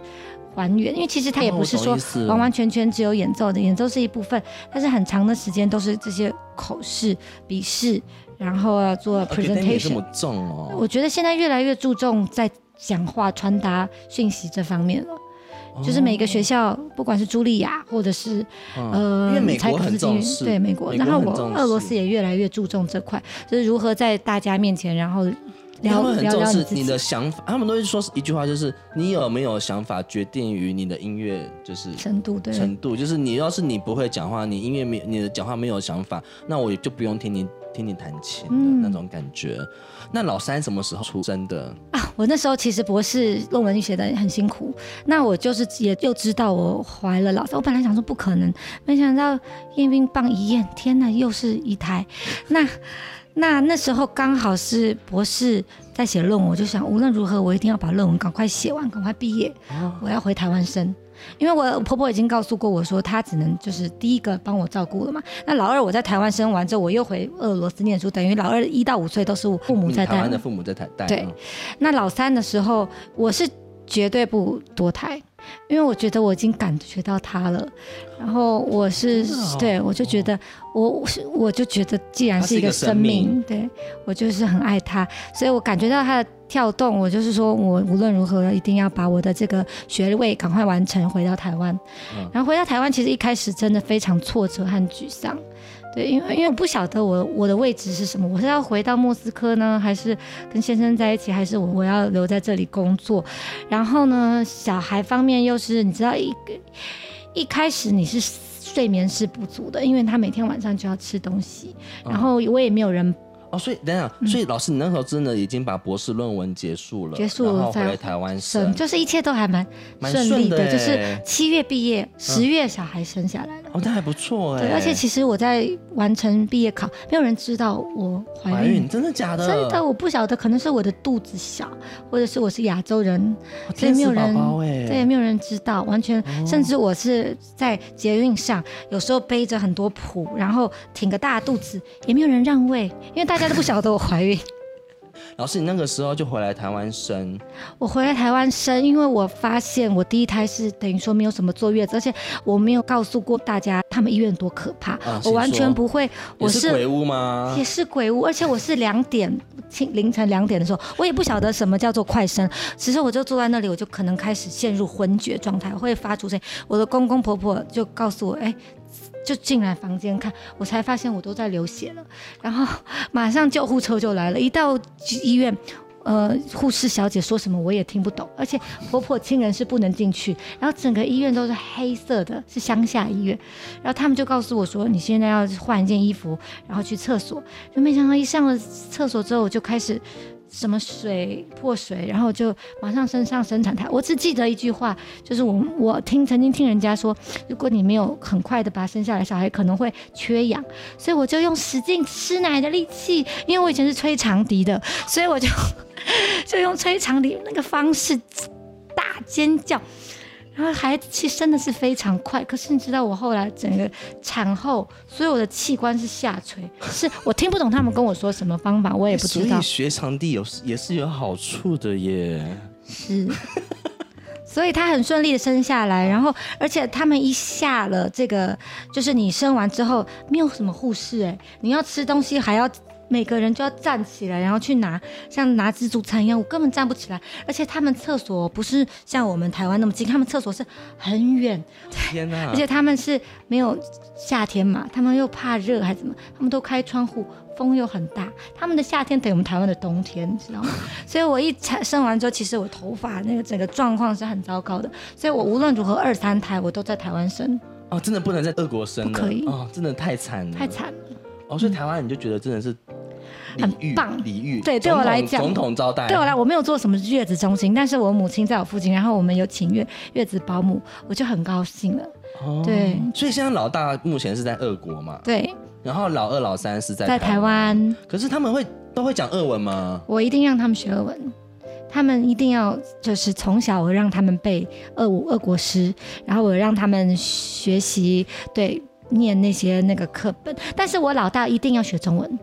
Speaker 2: 还原。因为其实他也
Speaker 1: 哦
Speaker 2: 不是
Speaker 1: 我懂
Speaker 2: 说
Speaker 1: 意思
Speaker 2: 完完全全只有演奏的，演奏是一部分，但是很长的时间都是这些口试、笔试，然后要做
Speaker 1: 而且那也这
Speaker 2: presentation
Speaker 1: 么。重哦，
Speaker 2: 我觉得现在越来越注重在讲话、传达讯息这方面了。
Speaker 1: 哦
Speaker 2: 就是每个学校，不管是茱莉亚或者是
Speaker 1: 嗯
Speaker 2: 呃，
Speaker 1: 因为美
Speaker 2: 柴
Speaker 1: 国
Speaker 2: 可夫
Speaker 1: 很
Speaker 2: 斯基
Speaker 1: 重
Speaker 2: 运
Speaker 1: 视，
Speaker 2: 对美国，
Speaker 1: 美
Speaker 2: 然
Speaker 1: 国
Speaker 2: 后
Speaker 1: 很
Speaker 2: 我
Speaker 1: 重
Speaker 2: 俄罗
Speaker 1: 视
Speaker 2: 斯也越来越注重这块，就是如何在大家面前，然后
Speaker 1: 他
Speaker 2: 聊
Speaker 1: 们很
Speaker 2: 聊
Speaker 1: 重
Speaker 2: 聊
Speaker 1: 视
Speaker 2: 自
Speaker 1: 你
Speaker 2: 己
Speaker 1: 的。想法，他们都会说一句话，就是你有没有想法决定于你的音乐就是
Speaker 2: 程度对，
Speaker 1: 程度，就是你要是你不会讲话，你音乐没你的讲话没有想法，那我也就不用听你听你弹琴的那种感觉。那老三什么时候出生的？
Speaker 2: 啊我那时候其实博士论文写的很辛苦，那我就是也又知道我怀了老三，我本来想说不可能，没想到验孕棒一验，天哪，又是一胎。那那那时候刚好是博士在写论文，我就想无论如何我一定要把论文赶快写完，赶快毕业，
Speaker 1: 哦
Speaker 2: 我要回台湾生。因为我婆婆已经告诉过我说，她只能就是第一个帮我照顾了嘛。那老二我在台湾生完之后，我又回俄罗斯念书，等于老二一到五岁都是我父母
Speaker 1: 你
Speaker 2: 在
Speaker 1: 嗯台
Speaker 2: 带我
Speaker 1: 湾的。父母在台带，
Speaker 2: 对
Speaker 1: 嗯
Speaker 2: 那老三的时候，我是绝对不堕胎，因为我觉得我已经感觉到他了。然后我是、
Speaker 1: 真的哦
Speaker 2: 对我就觉得我我是我就觉得既然
Speaker 1: 它是
Speaker 2: 是
Speaker 1: 一
Speaker 2: 一个
Speaker 1: 个生
Speaker 2: 生命，
Speaker 1: 命
Speaker 2: 对我就是很爱他，所以我感觉到他的跳动，我就是说我无论如何一定要把我的这个学位赶快完成，回到台湾。
Speaker 1: 嗯
Speaker 2: 然后回到台湾，其实一开始真的非常挫折和沮丧。对，因为因为我不晓得我我的位置是什么，我是要回到莫斯科呢，还是跟先生在一起，还是我我要留在这里工作？然后呢，小孩方面又是你知道一个一开始你是
Speaker 1: 嗯
Speaker 2: 睡眠是不足的，因为他每天晚上就要吃东西，然后我也没有人
Speaker 1: 哦，所以等一下，所以老师，你那时候真的已经把博士论文结束了，
Speaker 2: 嗯结束了
Speaker 1: 然后回
Speaker 2: 再
Speaker 1: 来台湾
Speaker 2: 生
Speaker 1: 生，
Speaker 2: 就是一切都还蛮
Speaker 1: 蛮
Speaker 2: 顺利
Speaker 1: 顺的
Speaker 2: 就是
Speaker 1: 欸
Speaker 2: 七月毕业，十月小孩生下来了。
Speaker 1: 哦，那还不错哎。
Speaker 2: 对，而且其实我在完成毕业考，没有人知道我
Speaker 1: 怀
Speaker 2: 怀
Speaker 1: 孕
Speaker 2: 孕。
Speaker 1: 真的假的？
Speaker 2: 真的，我不晓得，可能是我的肚子小，或者是我是亚洲人，
Speaker 1: 哦，
Speaker 2: 所以
Speaker 1: 天
Speaker 2: 没有
Speaker 1: 使哎
Speaker 2: 人
Speaker 1: 宝宝哎，
Speaker 2: 对，没有人知道，完全，甚至我是在捷运上，有时候背着很多谱，然后挺个大肚子，也没有人让位，因为大家都不晓得我怀孕。
Speaker 1: 老师，你那个时候就回来台湾生，
Speaker 2: 我回来台湾生，因为我发现我第一胎是等于说没有什么坐月子，而且我没有告诉过大家他们医院多可怕，
Speaker 1: 啊
Speaker 2: 我
Speaker 1: 请
Speaker 2: 完全
Speaker 1: 说
Speaker 2: 不会，我
Speaker 1: 也是鬼屋吗
Speaker 2: 也？是鬼屋，而且我是两点清凌晨两点的时候，我也不晓得什么叫做快生，只是我就坐在那里，我就可能开始陷入昏厥状态，会发出声音。我的公公婆婆就告诉我，哎、就进来房间看，我才发现我都在流血了，然后马上救护车就来了，一到医院。呃，护士小姐说什么我也听不懂，而且婆婆亲人是不能进去，然后整个医院都是黑色的，是乡下医院，然后他们就告诉我说，你现在要换一件衣服，然后去厕所，就没想到一上了厕所之后，我就开始什么水破水，然后就马上升上生产台。我只记得一句话，就是我我听曾经听人家说，如果你没有很快的把它生下来，小孩可能会缺氧，所以我就用使劲吃奶的力气，因为我以前是吹长笛的，所以我就就用吹长笛那个方式大尖叫。然后孩子气真的是非常快，可是你知道我后来整个产后，所有的器官是下垂，是我听不懂他们跟我说什么方法，我也不
Speaker 1: 所
Speaker 2: 知
Speaker 1: 以
Speaker 2: 道。
Speaker 1: 学场地有也是有好处的耶。
Speaker 2: 是。所以他很顺利的生下来，然后而且他们一下了这个，就是你生完之后没有什么护士哎、你要吃东西还要每个人就要站起来，然后去拿，像拿自助餐一样，我根本站不起来。而且他们厕所不是像我们台湾那么近，他们厕所是很远，
Speaker 1: 天哪、
Speaker 2: 而且他们是没有夏天嘛，他们又怕热还是怎么，他们都开窗户，风又很大，他们的夏天等于我们台湾的冬天，你 知道吗？所以我一产生完之后，其实我头发那个整个状况是很糟糕的，所以我无论如何二三胎我都在台湾生，
Speaker 1: 哦，真的不能在俄国生了，
Speaker 2: 不可以
Speaker 1: 哦，真的太惨了，
Speaker 2: 太惨了。
Speaker 1: 哦，所以台湾你就觉得真的是礼遇
Speaker 2: 很棒
Speaker 1: 礼遇，
Speaker 2: 对对
Speaker 1: 总统
Speaker 2: 我来讲
Speaker 1: 总统招待，
Speaker 2: 对我来，我没有做什么月子中心，但是我母亲在我附近，然后我们有请月月子保姆，我就很高兴了。
Speaker 1: 哦
Speaker 2: 对，
Speaker 1: 所以现在老大目前是在俄国嘛，
Speaker 2: 对，
Speaker 1: 然后老二、老三是在
Speaker 2: 在台，湾，
Speaker 1: 可是他们会都会讲俄文吗？
Speaker 2: 我一定让他们学俄文，他们一定要就是从小我让他们背俄五俄国诗，然后我让他们学习对念那些那个课本，但是我老大一定要学中文，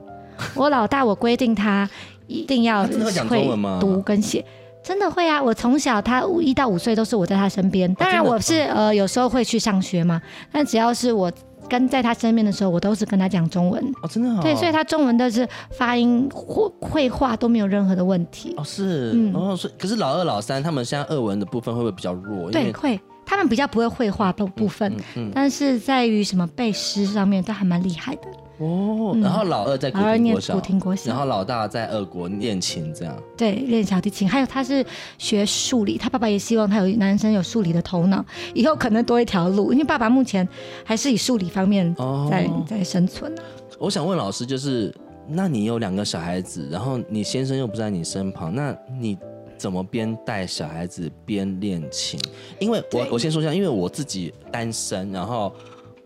Speaker 2: 我老大我规定他一定要
Speaker 1: 他真的会讲中文吗
Speaker 2: 会读跟写。真的会啊！我从小他五一到五岁都是我在他身边，当然
Speaker 1: 哦真的
Speaker 2: 我是呃有时候会去上学嘛，但只要是我跟在他身边的时候，我都是跟他讲中文。
Speaker 1: 哦，真的哦，
Speaker 2: 对，所以他中文的是发音或绘画都没有任何的问题。
Speaker 1: 哦是，
Speaker 2: 嗯
Speaker 1: 哦，所以可是老二、老三他们现在俄文的部分会不会比较弱？因
Speaker 2: 对，
Speaker 1: 为
Speaker 2: 会，他们比较不会绘画部部分，
Speaker 1: 嗯
Speaker 2: 但是在于什么背诗上面都还蛮厉害的。
Speaker 1: 哦，然后老二在古
Speaker 2: 嗯老二
Speaker 1: 亭
Speaker 2: 念
Speaker 1: 国小，
Speaker 2: 古亭国小
Speaker 1: 然后老大在俄国练琴，这样
Speaker 2: 对，练小提琴，还有他是学数理，他爸爸也希望他有男生有数理的头脑，以后可能多一条路，因为爸爸目前还是以数理方面
Speaker 1: 哦
Speaker 2: 在、在生存。啊
Speaker 1: 我想问老师，就是那你有两个小孩子，然后你先生又不在你身旁，那你怎么边带小孩子边练琴？因为我我先说一下，因为我自己单身，然后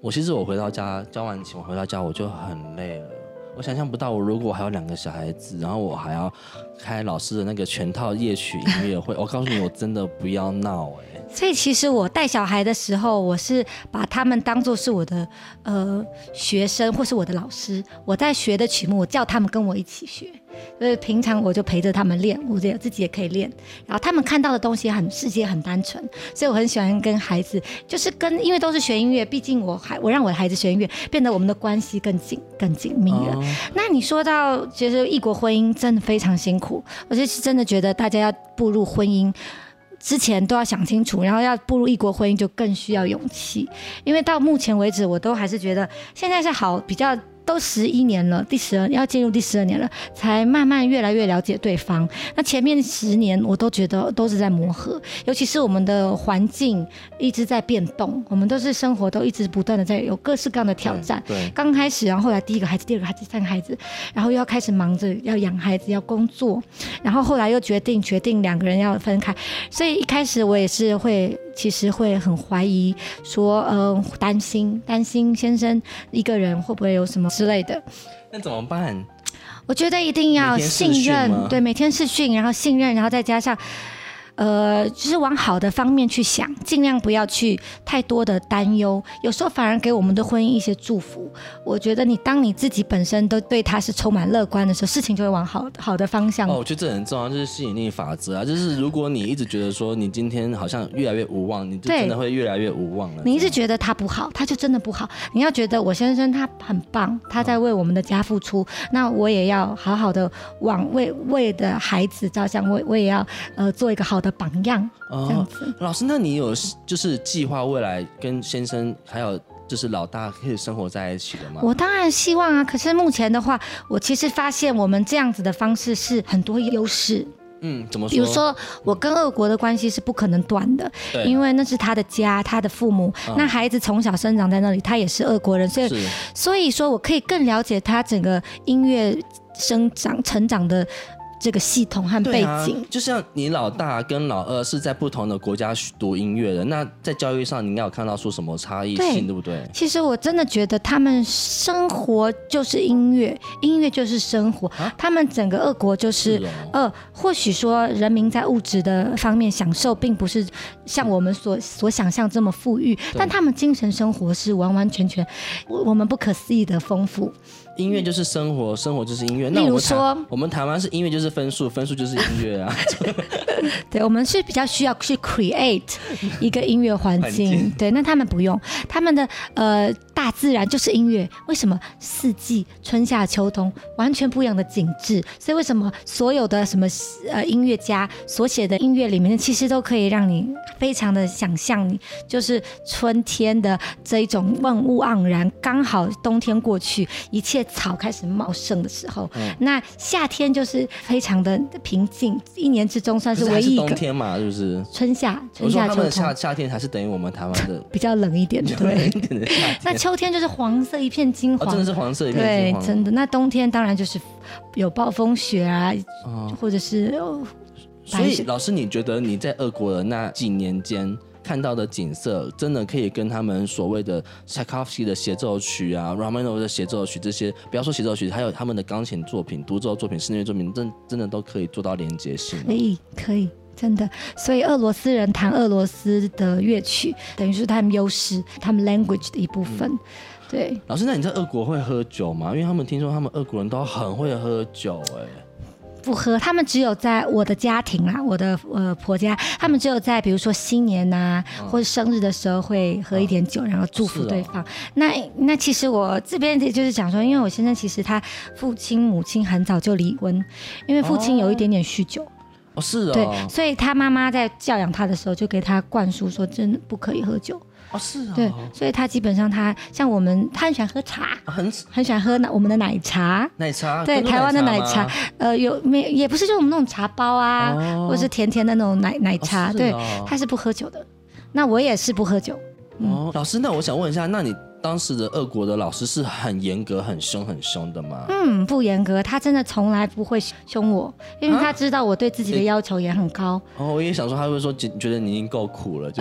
Speaker 1: 我其实我回到家教完琴，我回到家我就很累了。我想象不到，我如果还有两个小孩子，然后我还要开老师的那个全套夜曲音乐 会，我告诉你，我真的不要闹哎、
Speaker 2: 所以其实我带小孩的时候，我是把他们当做是我的呃学生或是我的老师。我在学的曲目，我叫他们跟我一起学。所以平常我就陪着他们练，我也自己也可以练。然后他们看到的东西很世界很单纯，所以我很喜欢跟孩子，就是跟因为都是学音乐，毕竟我还我让我的孩子学音乐，变得我们的关系更紧更紧密了。
Speaker 1: 哦
Speaker 2: 那你说到，其实异国婚姻真的非常辛苦，我是真的觉得大家要步入婚姻。之前都要想清楚，然后要步入异国婚姻就更需要勇气，因为到目前为止，我都还是觉得现在是好比较都十一年了，第十二要进入第十二年了，才慢慢越来越了解对方。那前面十年我都觉得都是在磨合，尤其是我们的环境一直在变动，我们都是生活都一直不断的在有各式各样的挑战。
Speaker 1: 对，
Speaker 2: 刚开始，然后后来第一个孩子、第二个孩子、第三个孩子，然后又要开始忙着要养孩子、要工作，然后后来又决定决定两个人要分开，所以一开始我也是会，其实会很怀疑，说，嗯、呃，担心担心先生一个人会不会有什么之类的。
Speaker 1: 那怎么办？
Speaker 2: 我觉得一定要
Speaker 1: 每天视
Speaker 2: 信
Speaker 1: 讯吗
Speaker 2: 任，对，每天试训，然后信任，然后再加上。呃，就是往好的方面去想，尽量不要去太多的担忧，有时候反而给我们的婚姻一些祝福。我觉得你当你自己本身都对他是充满乐观的时候，事情就会往好好的方向。
Speaker 1: 哦，我觉得这很重要，就是吸引力法则啊。就是如果你一直觉得说你今天好像越来越无望，你就
Speaker 2: 对
Speaker 1: 真的会越来越无望了。
Speaker 2: 你一直觉得他不好，他就真的不好。你要觉得我先生他很棒，他在为我们的家付出，那我也要好好的往为为的孩子着想，我我也要呃做一个好的榜样，这样
Speaker 1: 哦，
Speaker 2: 子。
Speaker 1: 老师，那你有就是计划未来跟先生还有就是老大可以生活在一起的吗？
Speaker 2: 我当然希望啊，可是目前的话，我其实发现我们这样子的方式是很多优势。
Speaker 1: 嗯，怎么说？
Speaker 2: 比如说，我跟俄国的关系是不可能断的，
Speaker 1: 对，啊
Speaker 2: 因为那是他的家，他的父母。那孩子从小生长在那里，他也是俄国人，所以
Speaker 1: 是
Speaker 2: 所以说我可以更了解他整个音乐生长成长的这个系统和
Speaker 1: 对
Speaker 2: 背
Speaker 1: 啊
Speaker 2: 景。，
Speaker 1: 就像你老大跟老二是在不同的国家读音乐的，那在教育上你应该有看到说什么差异性，
Speaker 2: 对
Speaker 1: 对不对？
Speaker 2: 其实我真的觉得他们生活就是音乐，音乐就是生活。
Speaker 1: 啊
Speaker 2: 他们整个俄国就是
Speaker 1: 哦，
Speaker 2: 呃，或许说人民在物质的方面享受，并不是像我们所所想象这么富裕，但他们精神生活是完完全全我我们不可思议的丰富。
Speaker 1: 音乐就是生活，生活就是音乐。那我
Speaker 2: 例如
Speaker 1: 们台
Speaker 2: 说
Speaker 1: 我们台湾是音乐就是分数，分数就是音乐啊。
Speaker 2: 对，我们是比较需要去 create 一个音乐环
Speaker 1: 环境
Speaker 2: 境。对，那他们不用，他们的呃大自然就是音乐。为什么四季春夏秋冬完全不一样的景致？所以为什么所有的什么呃音乐家所写的音乐里面，其实都可以让你非常的想象，你就是春天的这一种万物盎然，刚好冬天过去，一切草开始茂盛的时候，
Speaker 1: 嗯
Speaker 2: 那夏天就是非常的平静，一年之中算
Speaker 1: 可
Speaker 2: 是
Speaker 1: 是还
Speaker 2: 唯
Speaker 1: 是
Speaker 2: 一一
Speaker 1: 冬
Speaker 2: 个。
Speaker 1: 天嘛，是不是？
Speaker 2: 春夏，
Speaker 1: 我说
Speaker 2: 春夏
Speaker 1: 他们
Speaker 2: 秋
Speaker 1: 的夏
Speaker 2: 冬
Speaker 1: 夏天还是等于我们台湾的
Speaker 2: 比较冷一点， 对。那
Speaker 1: 那
Speaker 2: 秋天就是黄色一片金
Speaker 1: 哦，
Speaker 2: 黄，
Speaker 1: 真的是黄色一片
Speaker 2: 对
Speaker 1: 金，黄，
Speaker 2: 真的。那冬天当然就是有暴风雪啊，
Speaker 1: 哦
Speaker 2: 或者是
Speaker 1: 所
Speaker 2: 白
Speaker 1: 以
Speaker 2: 雪
Speaker 1: 老师，你觉得你在俄国的那几年间看到的景色，真的可以跟他们所谓的柴可夫斯基的协奏曲啊、Romano 的协奏曲这些，不要说协奏曲，还有他们的钢琴作品、独奏作品、室内乐作品，真真的都可以做到连接性啊吗。
Speaker 2: 可以，可以，真的。所以俄罗斯人弹俄罗斯的乐曲，等于是他们优势，他们 language 的一部分。对，
Speaker 1: 老师，那你在俄国会喝酒吗？因为他们听说他们俄国人都很会喝酒、哎，
Speaker 2: 不喝，他们只有在我的家庭啊，我的呃婆家，他们只有在比如说新年呐、或者生日的时候会喝一点酒，然后祝福
Speaker 1: 嗯是哦
Speaker 2: 对方。那那其实我这边就是讲说，因为我先生其实他父亲母亲很早就离婚，因为父亲有一点点酗酒，
Speaker 1: 哦，是
Speaker 2: 对
Speaker 1: 哦，，
Speaker 2: 所以他妈妈在教养他的时候就给他灌输说，真的不可以喝酒。
Speaker 1: 哦，是哦，
Speaker 2: 对，所以他基本上他像我们，他很喜欢喝茶，
Speaker 1: 啊很
Speaker 2: 很喜欢喝奶我们的奶茶。
Speaker 1: 啊奶茶，
Speaker 2: 对
Speaker 1: 珍珠
Speaker 2: 台湾的奶
Speaker 1: 吗
Speaker 2: 茶，呃，有没也不是就是我们那种茶包啊，
Speaker 1: 哦
Speaker 2: 或是甜甜的那种奶奶
Speaker 1: 哦
Speaker 2: 茶，
Speaker 1: 是
Speaker 2: 对，
Speaker 1: 哦
Speaker 2: 他是不喝酒的。那我也是不喝酒，
Speaker 1: 哦，老师，那我想问一下，那你当时的俄国的老师是很严格、很凶、很凶的吗？
Speaker 2: 嗯，不严格，他真的从来不会凶我，因
Speaker 1: 啊
Speaker 2: 为他知道我对自己的要求也很高，
Speaker 1: 哦，我也想说，他会说觉觉得你已经够苦了，
Speaker 2: 啊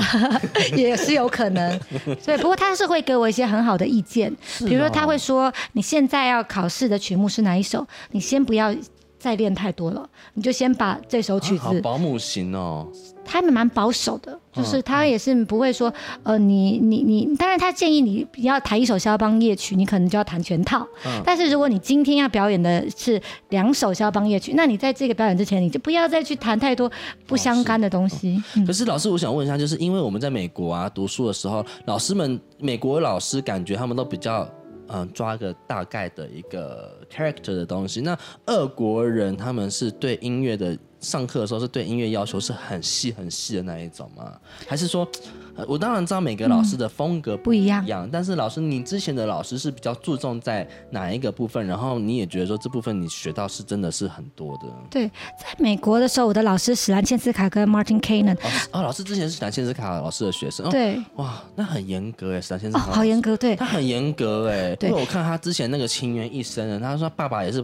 Speaker 1: 就是
Speaker 2: 也是有可 能。对，不过他是会给我一些很好的意见，
Speaker 1: 是
Speaker 2: 比如说
Speaker 1: 哦
Speaker 2: 他会说，你现在要考试的曲目是哪一首，你先不要再练太多了，你就先把这首曲
Speaker 1: 啊好嗯
Speaker 2: 子
Speaker 1: 保姆型哦，
Speaker 2: 他们蛮保守的，就是他也是不会说，呃，你你你，当然他建议你要弹一首肖邦夜曲，你可能就要弹全套。
Speaker 1: 嗯
Speaker 2: 但是如果你今天要表演的是两首肖邦夜曲，那你在这个表演之前，你就不要再去弹太多不相干的东西。嗯
Speaker 1: 哦可是老师，我想问一下，就是因为我们在美国啊读书的时候，老师们美国老师感觉他们都比较嗯抓个大概的一个 character 的东西。那俄国人他们是对音乐的上课的时候是对音乐要求是很细很细的那一种吗？还是说呃我当然知道每个老师的风格
Speaker 2: 不一样
Speaker 1: 一。样，但是老师，你之前的老师是比较注重在哪一个部分？然后你也觉得说这部分你学到是真的是很多的。
Speaker 2: 对，在美国的时候，我的老师史兰切斯卡跟 Martin Kanan，
Speaker 1: 老师哦，老师之前是南千斯卡老师的学生，哦、
Speaker 2: 对，
Speaker 1: 哇，那很严格哎，南千斯
Speaker 2: 哦，
Speaker 1: 卡老师、
Speaker 2: 好严格，对，
Speaker 1: 他很严格哎，
Speaker 2: 对
Speaker 1: 因为我看他之前那个《情缘一生》，他说他爸爸也是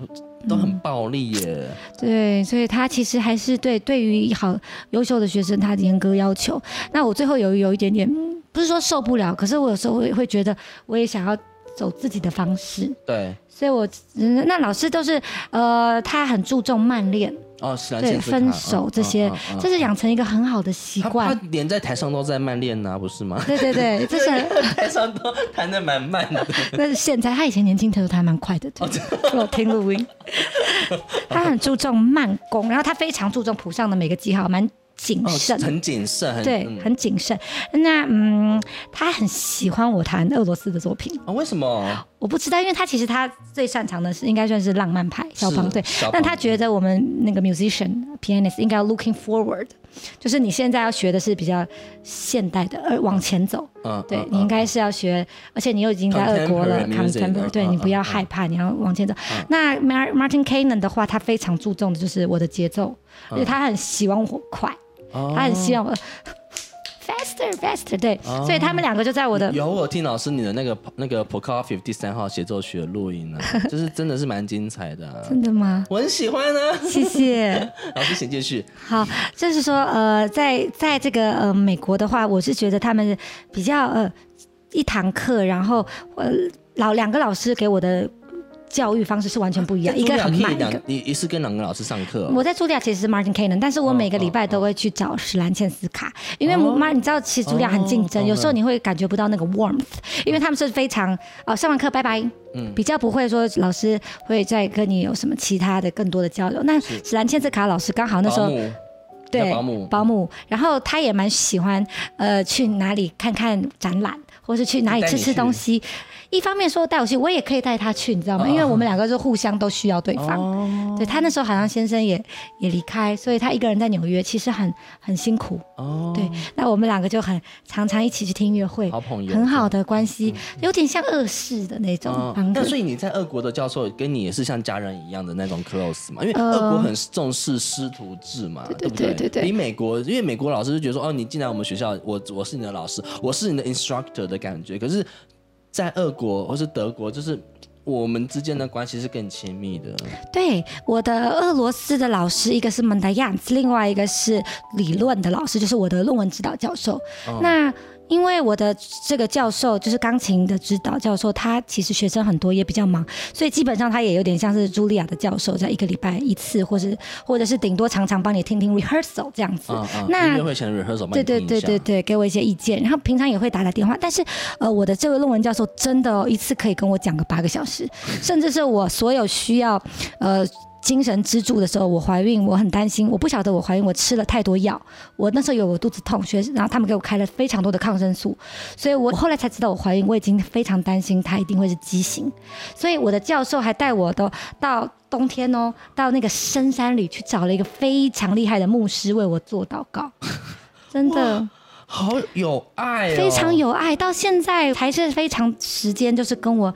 Speaker 1: 都很暴力耶，
Speaker 2: 对，所以他其实还是对对于好优秀的学生，他严格要求。那我最后有有一点点，嗯不是说受不了，可是我有时候会会觉得，我也想要走自己的方式。
Speaker 1: 对，
Speaker 2: 所以我，嗯那老师都是，呃，他很注重慢练，
Speaker 1: 哦，是南
Speaker 2: 对
Speaker 1: 千斯卡
Speaker 2: 分手这些，这是养成一个很好的习
Speaker 1: 他
Speaker 2: 惯
Speaker 1: 他。 连在台上都在慢练呐、不是吗？
Speaker 2: 对对对，这是
Speaker 1: 台上都弹的蛮慢的，
Speaker 2: 那是现在，他以前年轻的时候他还蛮快的，
Speaker 1: 哦
Speaker 2: 对，我有听 录音。他很注重慢工，然后他非常注重谱上的每个记号，蛮谨
Speaker 1: 哦
Speaker 2: 慎，
Speaker 1: 很谨慎，很
Speaker 2: 对，
Speaker 1: 嗯
Speaker 2: 很谨慎。那嗯，他很喜欢我弹俄罗斯的作品，
Speaker 1: 啊，为什么？
Speaker 2: 我不知道，因为他其实他最擅长的是应该算是浪漫派肖邦
Speaker 1: 是
Speaker 2: 对。
Speaker 1: 小
Speaker 2: 但
Speaker 1: 胖
Speaker 2: 他觉得我们那个 musician pianist 应该要 looking forward，就是你现在要学的是比较现代的，而往前走。
Speaker 1: 嗯，
Speaker 2: 对
Speaker 1: 嗯
Speaker 2: 你应该是要学，而且你又已经在俄国了
Speaker 1: Contemporary music，
Speaker 2: ，contemporary，
Speaker 1: 嗯
Speaker 2: 对
Speaker 1: 嗯
Speaker 2: 你不要
Speaker 1: 嗯
Speaker 2: 害怕，你要往前走。
Speaker 1: 啊
Speaker 2: 那 Mar- Martin Kanan 的话，他非常注重的就是我的节奏，而且他很希望我快，
Speaker 1: 嗯
Speaker 2: 他很希
Speaker 1: 啊哦
Speaker 2: 望我 faster faster，对，所以他们两个就在我的
Speaker 1: 有我听老师你的那个那个 p o c o f i e 第三号协奏曲的录音啊，就是真的是蛮精彩的、啊，
Speaker 2: 真的吗？
Speaker 1: 我很喜欢啊。
Speaker 2: 谢谢。
Speaker 1: 老师请继续，
Speaker 2: 好，就是说，呃，在在这个呃美国的话，我是觉得他们比较呃一堂课，然后呃老两个老师给我的教育方式是完全不一样，一个很慢，
Speaker 1: 可以
Speaker 2: 一个
Speaker 1: 两一一次跟两个老师上课哦、
Speaker 2: 我在茱莉亚其实是 Martin Kanan，但是我
Speaker 1: 哦
Speaker 2: 每个礼拜都会去找史兰茜斯卡，因为
Speaker 1: 哦
Speaker 2: Mar 你知道，其实茱莉亚很竞争，
Speaker 1: 哦
Speaker 2: 有时候你会感觉不到那个 warmth，因为他们是非常哦上完课拜拜，
Speaker 1: 嗯
Speaker 2: 比较不会说老师会再跟你有什么其他的更多的交流。那
Speaker 1: 是
Speaker 2: 史兰茜斯卡老师刚好那时
Speaker 1: 保
Speaker 2: 候
Speaker 1: 姆
Speaker 2: 对
Speaker 1: 叫保姆
Speaker 2: 保姆，然后他也蛮喜欢呃去哪里看看展览，或是去哪里
Speaker 1: 带
Speaker 2: 吃
Speaker 1: 你
Speaker 2: 吃东
Speaker 1: 去
Speaker 2: 西。一方面说带我去，我也可以带他去，你知道吗？
Speaker 1: 哦
Speaker 2: 因为我们两个是互相都需要对方。
Speaker 1: 哦
Speaker 2: 对他那时候好像先生也也离开，所以他一个人在纽约，其实很很辛苦。
Speaker 1: 哦，
Speaker 2: 对，那我们两个就很常常一起去听音乐会，
Speaker 1: 好朋友
Speaker 2: 很好的关
Speaker 1: 嗯
Speaker 2: 系，有点像恶式的那种
Speaker 1: 哦
Speaker 2: 方
Speaker 1: 那
Speaker 2: 式。
Speaker 1: 所以你在俄国的教授跟你也是像家人一样的那种 close 嘛？因为俄国很重视师徒制嘛，
Speaker 2: 呃对对
Speaker 1: 不
Speaker 2: 对对对
Speaker 1: 比美国，因为美国老师就觉得说，哦，你进来我们学校，我我是你的老师，我是你的 instructor 的感觉。可是，在俄国或是德国，就是我们之间的关系是更亲密的。
Speaker 2: 对，我的俄罗斯的老师，一个是蒙达亚兹，另外一个是理论的老师，就是我的论文指导教授。那因为我的这个教授就是钢琴的指导教授，他其实学生很多，也比较忙，所以基本上他也有点像是茱莉亚的教授，在一个礼拜一次，或是或者是顶多常常帮你听听 rehearsal 这样子。
Speaker 1: 啊啊！
Speaker 2: 那
Speaker 1: 音乐会前的 rehearsal 帮
Speaker 2: 对
Speaker 1: 你
Speaker 2: 对
Speaker 1: 听一
Speaker 2: 对
Speaker 1: 下
Speaker 2: 对对，给我一些意见，然后平常也会打打电话，但是呃，我的这位论文教授真的、哦、一次可以跟我讲个八个小时，甚至是我所有需要呃精神支柱的时候，我怀孕，我很担心，我不晓得我怀孕，我吃了太多药，我那时候有我肚子痛，学然后他们给我开了非常多的抗生素，所以我后来才知道我怀孕，我已经非常担心她一定会是畸形，所以我的教授还带我都到。冬天哦，到那个深山里去找了一个非常厉害的牧师为我做祷 告，真的。
Speaker 1: 好有爱、哦，
Speaker 2: 非常有爱，到现在还是非常时间，就是跟我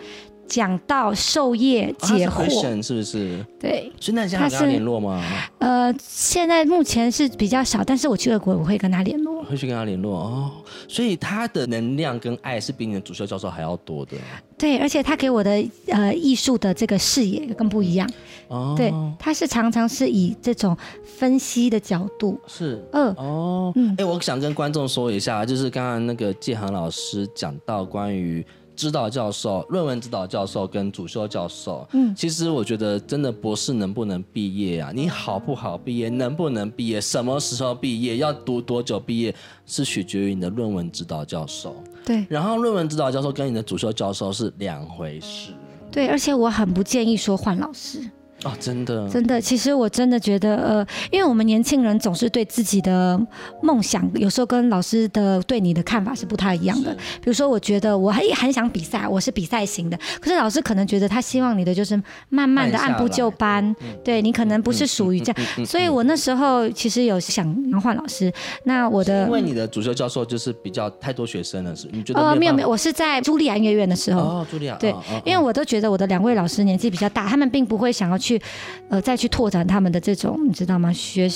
Speaker 2: 讲到授业
Speaker 1: 啊他是
Speaker 2: 解惑。
Speaker 1: Christian 是不是？
Speaker 2: 对，
Speaker 1: 所以那你现在还有跟
Speaker 2: 他是
Speaker 1: 他联络吗？
Speaker 2: 呃，现在目前是比较少，但是我去俄国我会跟他联络。
Speaker 1: 会去跟他联络哦，所以他的能量跟爱是比你的主修教授还要多的
Speaker 2: 对，而且他给我的呃艺术的这个视野更不一样。
Speaker 1: 哦。
Speaker 2: 对，他是常常是以这种分析的角度，
Speaker 1: 是
Speaker 2: 嗯、
Speaker 1: 哦，哎、我想跟观众说一下，就是刚刚那个建行老师讲到关于指导教授、论文指导教授跟主修教授，嗯，其实我觉得真的博士能不能毕业啊，你好不好毕业，能不能毕业，什么时候毕业，要读多久毕业，是取决于你的论文指导教授。
Speaker 2: 对
Speaker 1: 然后论文指导教授跟你的主修教授是两回事。
Speaker 2: 对，而且我很不建议说换老师。
Speaker 1: 哦，真的，
Speaker 2: 真的，其实我真的觉得，呃，因为我们年轻人总是对自己的梦想，有时候跟老师的对你的看法是不太一样的。比如说，我觉得我很很想比赛，我是比赛型的，可是老师可能觉得他希望你的就是慢慢
Speaker 1: 慢
Speaker 2: 的
Speaker 1: 下来嗯
Speaker 2: 按部就班，对你可能不是属于这样。所以我那时候其实有想换老师，那我的
Speaker 1: 因为你的主修教授就是比较太多学生了，是？你觉得
Speaker 2: 呃没有
Speaker 1: 办
Speaker 2: 没有，我是在茱莉亚音乐院的时
Speaker 1: 法
Speaker 2: 候，
Speaker 1: 哦，茱莉亚，
Speaker 2: 对
Speaker 1: 哦哦
Speaker 2: 因为我都觉得我的两位老师年纪比较大，他们并不会想要去，呃，再去拓展他们的这种，你知道吗？学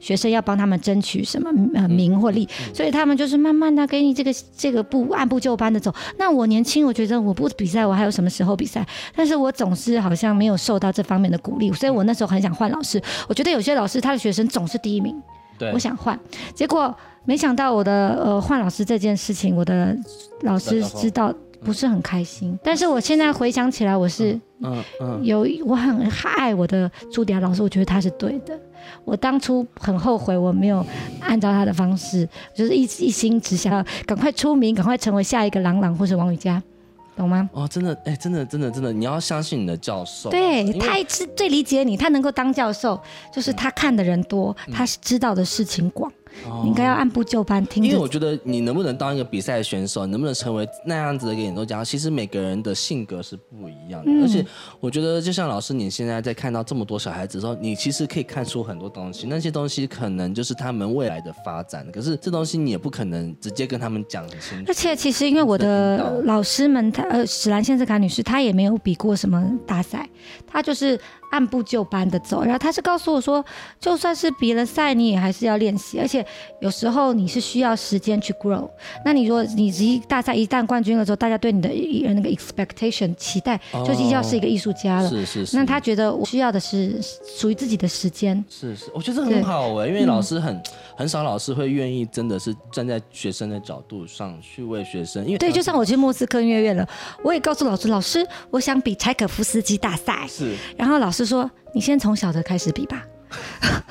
Speaker 2: 学生要帮他们争取什么呃名或利，所以他们就是慢慢的给你这个这个不按部就班的走。那我年轻，我觉得我不比赛，我还有什么时候比赛？但是我总是好像没有受到这方面的鼓励，所以我那时候很想换老师。我觉得有些老师他的学生总是第一名，
Speaker 1: 对，
Speaker 2: 我想换，结果没想到我的呃换老师这件事情，我的老师知道不是很开心。但是我现在回想起来，我是
Speaker 1: 嗯嗯，
Speaker 2: 有我很爱我的朱迪亚老师，我觉得他是对的。我当初很后悔，我没有按照他的方式，就是一一心只想要赶快出名，赶快成为下一个朗朗或是王宇佳，懂吗？
Speaker 1: 哦，真的，哎，真的，真的，真的，你要相信你的教授，
Speaker 2: 对，
Speaker 1: 因为嗯
Speaker 2: 他是最理解你，他能够当教授，就是他看的人多，他知道的事情广，你应该要按部就班听
Speaker 1: 嗯因为
Speaker 2: 着
Speaker 1: 我觉得你能不能当一个比赛选手，能不能成为那样子的一个演奏家，其实每个人的性格是不一样的。
Speaker 2: 嗯
Speaker 1: 而且我觉得，就像老师你现在在看到这么多小孩子的时候，你其实可以看出很多东西，那些东西可能就是他们未来的发展。可是这东西你也不可能直接跟他们讲很清楚
Speaker 2: 而。且其实因为我的老师们，他呃史兰仙斯卡女士，她也没有比过什么大赛，她就是按部就班的走。然后她是告诉我说，就算是比了赛，你也还是要练习，而且有时候你是需要时间去 grow。那你如果你一大赛一旦冠军了之后，大家对你的一那个 expectation 期待，
Speaker 1: 哦
Speaker 2: 就是要是一个艺术家了。
Speaker 1: 是是是，
Speaker 2: 那她觉得我需要的是属于自己的时间，
Speaker 1: 是是，我觉得这很好哎、因
Speaker 2: 嗯
Speaker 1: 为老师很、很少老师会愿意真的是站在学生的角度上去为学生，因为
Speaker 2: 对，就像我去莫斯科音乐院了，我也告诉老师，老师，我想比柴可夫斯基大赛。
Speaker 1: 是
Speaker 2: 然后老师说：“你先从小的开始比吧。”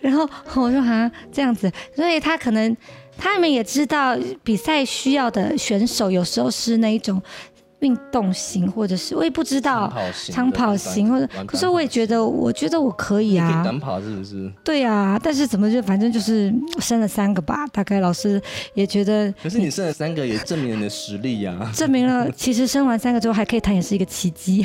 Speaker 2: 然后我说：“啊，这样子。”所以他可能他们也知道比赛需要的选手有时候是那一种运动型，或者是我也不知道
Speaker 1: 跑型的
Speaker 2: 长跑型，或者
Speaker 1: 短短跑
Speaker 2: 可是我也觉得，我觉得我可以
Speaker 1: 你可以
Speaker 2: 啊。
Speaker 1: 短跑是不是？
Speaker 2: 对啊，但是怎么就反正就是生了三个吧，大概老师也觉得
Speaker 1: 可是你剩了三个，也证明了你的实力呀、
Speaker 2: 证明了，其实生完三个之后还可以弹，也是一个奇迹。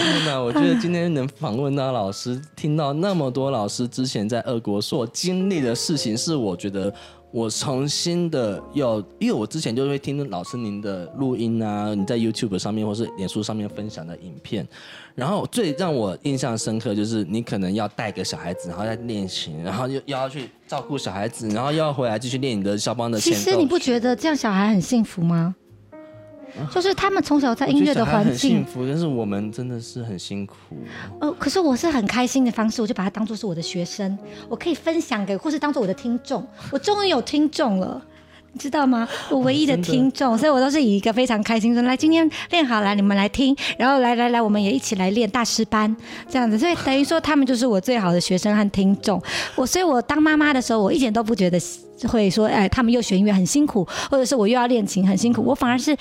Speaker 1: 天哪，我觉得今天能访问到老师，听到那么多老师之前在俄国所经历的事情，是我觉得我重新的要，因为我之前就会听老师您的录音啊，你在 YouTube 上面或是脸书上面分享的影片，然后最让我印象深刻就是你可能要带个小孩子，然后在练琴，然后又又要去照顾小孩子，然后又要回来继续练你的肖邦的
Speaker 2: 其
Speaker 1: 前奏。
Speaker 2: 实你不觉得这样小孩很幸福吗？就是他们从小在音乐的环
Speaker 1: 我觉得小孩很幸
Speaker 2: 境，
Speaker 1: 福，但是我们真的是很辛苦。
Speaker 2: 呃，可是我是很开心的方式，我就把他当做是我的学生，我可以分享给，或是当做我的听众。我终于有听众了，你知道吗？我唯一的
Speaker 1: 哦真的
Speaker 2: 听众，所以我都是以一个非常开心说，来今天练好来，你们来听，然后来来来，我们也一起来练大师班这样子，所以等于说他们就是我最好的学生和听众。我所以，我当妈妈的时候，我一点都不觉得会说，哎，他们又学音乐很辛苦，或者是我又要练琴很辛苦，我反而是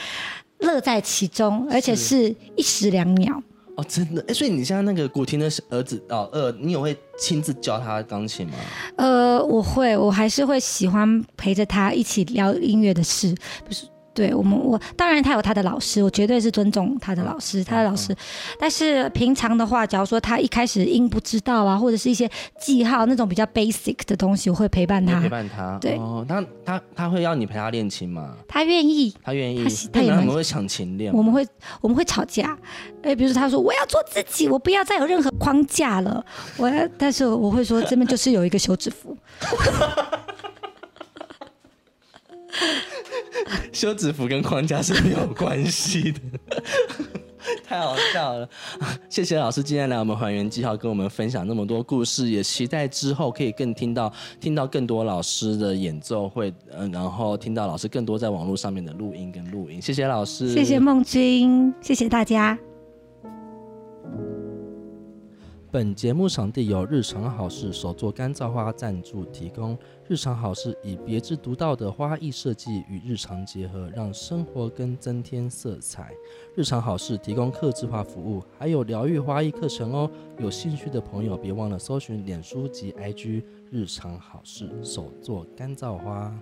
Speaker 2: 乐在其中，而且是一石两鸟。
Speaker 1: 哦，真的，哎，所以你现在那个古婷的儿子哦，二，你有会亲自教他钢琴吗？
Speaker 2: 呃，我会，我还是会喜欢陪着他一起聊音乐的事，不是。对我们，我当然他有他的老师，我绝对是尊重他的老师，他的老师。但是平常的话，假如说他一开始音不知道啊，或者是一些记号那种比较 basic 的东西，我会陪伴
Speaker 1: 你
Speaker 2: 他
Speaker 1: 会陪。伴他，
Speaker 2: 对
Speaker 1: 哦，他他他会要你陪他练琴吗？
Speaker 2: 他愿意，
Speaker 1: 他愿意
Speaker 2: 他喜，
Speaker 1: 那
Speaker 2: 他也
Speaker 1: 你
Speaker 2: 蛮
Speaker 1: 们会抢琴练吗
Speaker 2: 我们会我们会吵架。哎，比如说他说我要做自己，我不要再有任何框架了。我要，但是我会说这边就是有一个休止符。
Speaker 1: 休止符跟框架是没有关系的。 太好笑了！ 谢谢老师今天来我们还原记号跟我们分享那么多故事，也期待之后可以更听到听到更多老师的演奏会，嗯、然后听到老师更多在网络上面的录音跟录音。谢谢老师，
Speaker 2: 谢谢梦君，谢谢大家。
Speaker 1: 本节目场地由日常好事手作干燥花赞助提供。日常好事以别致独到的花艺设计与日常结合，让生活更增添色彩。日常好事提供客制化服务，还有疗愈花艺课程哦。有兴趣的朋友别忘了搜寻脸书及 IG 日常好事手作干燥花。